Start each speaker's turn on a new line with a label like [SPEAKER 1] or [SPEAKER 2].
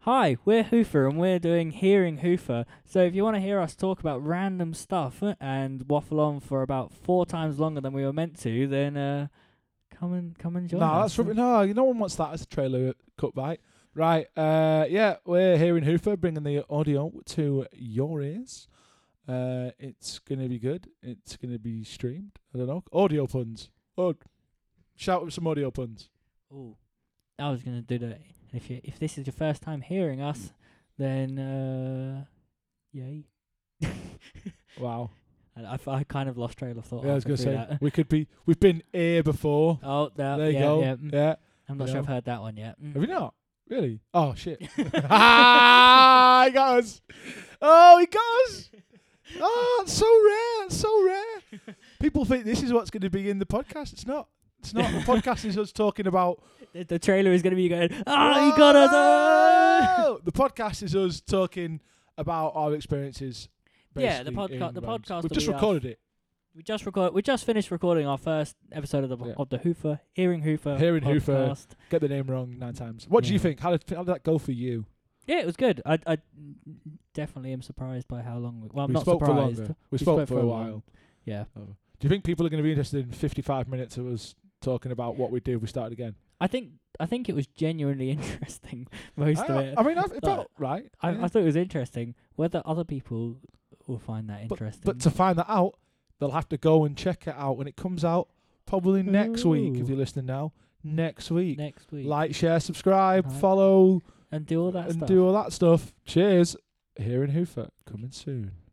[SPEAKER 1] Hi, we're Hoofer and we're doing Hearing Hoofer. So if you want to hear us talk about random stuff uh, and waffle on for about four times longer than we were meant to, then uh, come and come and join
[SPEAKER 2] no,
[SPEAKER 1] us.
[SPEAKER 2] that's rubbish. No, no one wants that as a trailer cut right. Right, uh, yeah, we're here in Hoofer bringing the audio to your ears. Uh, it's going to be good. It's going to be streamed. I don't know. Audio puns. Oh, shout out some audio puns.
[SPEAKER 1] Ooh, I was gonna do that. If you if this is your first time hearing us, then uh, yay.
[SPEAKER 2] Wow.
[SPEAKER 1] And I, f- I kind of lost trail of thought.
[SPEAKER 2] yeah, I was going to
[SPEAKER 1] halfway
[SPEAKER 2] say,
[SPEAKER 1] through that.
[SPEAKER 2] we could be, we've been here before.
[SPEAKER 1] Oh, no,
[SPEAKER 2] there you
[SPEAKER 1] yeah,
[SPEAKER 2] go.
[SPEAKER 1] yeah, mm.
[SPEAKER 2] yeah.
[SPEAKER 1] I'm not
[SPEAKER 2] you
[SPEAKER 1] sure
[SPEAKER 2] know.
[SPEAKER 1] I've heard that one yet. Mm.
[SPEAKER 2] Have you not? Really? Oh shit! ah, he got us. Oh, he got us. Oh, it's so rare. It's so rare. People think this is what's going to be in the podcast. It's not. It's not. The podcast is us talking about.
[SPEAKER 1] The, the trailer is gonna be going. Ah, you got us. ah!"
[SPEAKER 2] Oh! The podcast is us talking about our experiences.
[SPEAKER 1] Yeah, the
[SPEAKER 2] basically
[SPEAKER 1] podca-
[SPEAKER 2] in
[SPEAKER 1] the
[SPEAKER 2] bands.
[SPEAKER 1] podcast
[SPEAKER 2] We've
[SPEAKER 1] that
[SPEAKER 2] just
[SPEAKER 1] we have.
[SPEAKER 2] recorded it.
[SPEAKER 1] We just record. We just finished recording our first episode of the
[SPEAKER 2] Yeah.
[SPEAKER 1] of the Hoofer Hearing Hoofer
[SPEAKER 2] Hearing Hoofer.
[SPEAKER 1] podcast.
[SPEAKER 2] Get the name wrong nine times. What do you
[SPEAKER 1] Yeah.
[SPEAKER 2] think? How did how did that go for you?
[SPEAKER 1] Yeah, it was good. I I definitely am surprised by how long. We, well, I'm
[SPEAKER 2] we
[SPEAKER 1] not
[SPEAKER 2] spoke for
[SPEAKER 1] surprised.
[SPEAKER 2] longer. We, spoke, for a while. Oh.
[SPEAKER 1] Yeah.
[SPEAKER 2] Do you think people are going to be interested in 55 minutes of us talking about what we do if we started again?
[SPEAKER 1] I think I think it was genuinely interesting. Most
[SPEAKER 2] I,
[SPEAKER 1] of it.
[SPEAKER 2] I mean, I, it felt right.
[SPEAKER 1] I,
[SPEAKER 2] yeah.
[SPEAKER 1] I thought it was interesting. Whether other people will find that interesting.
[SPEAKER 2] but to find that out, they'll have to go and check it out when it comes out probably next week if
[SPEAKER 1] Ooh.
[SPEAKER 2] you're listening now. Next week.
[SPEAKER 1] next week
[SPEAKER 2] Like, share, subscribe,
[SPEAKER 1] Right.
[SPEAKER 2] follow,
[SPEAKER 1] and do all that
[SPEAKER 2] and
[SPEAKER 1] stuff.
[SPEAKER 2] do all that stuff. Cheers. Here in Hoofer, coming soon.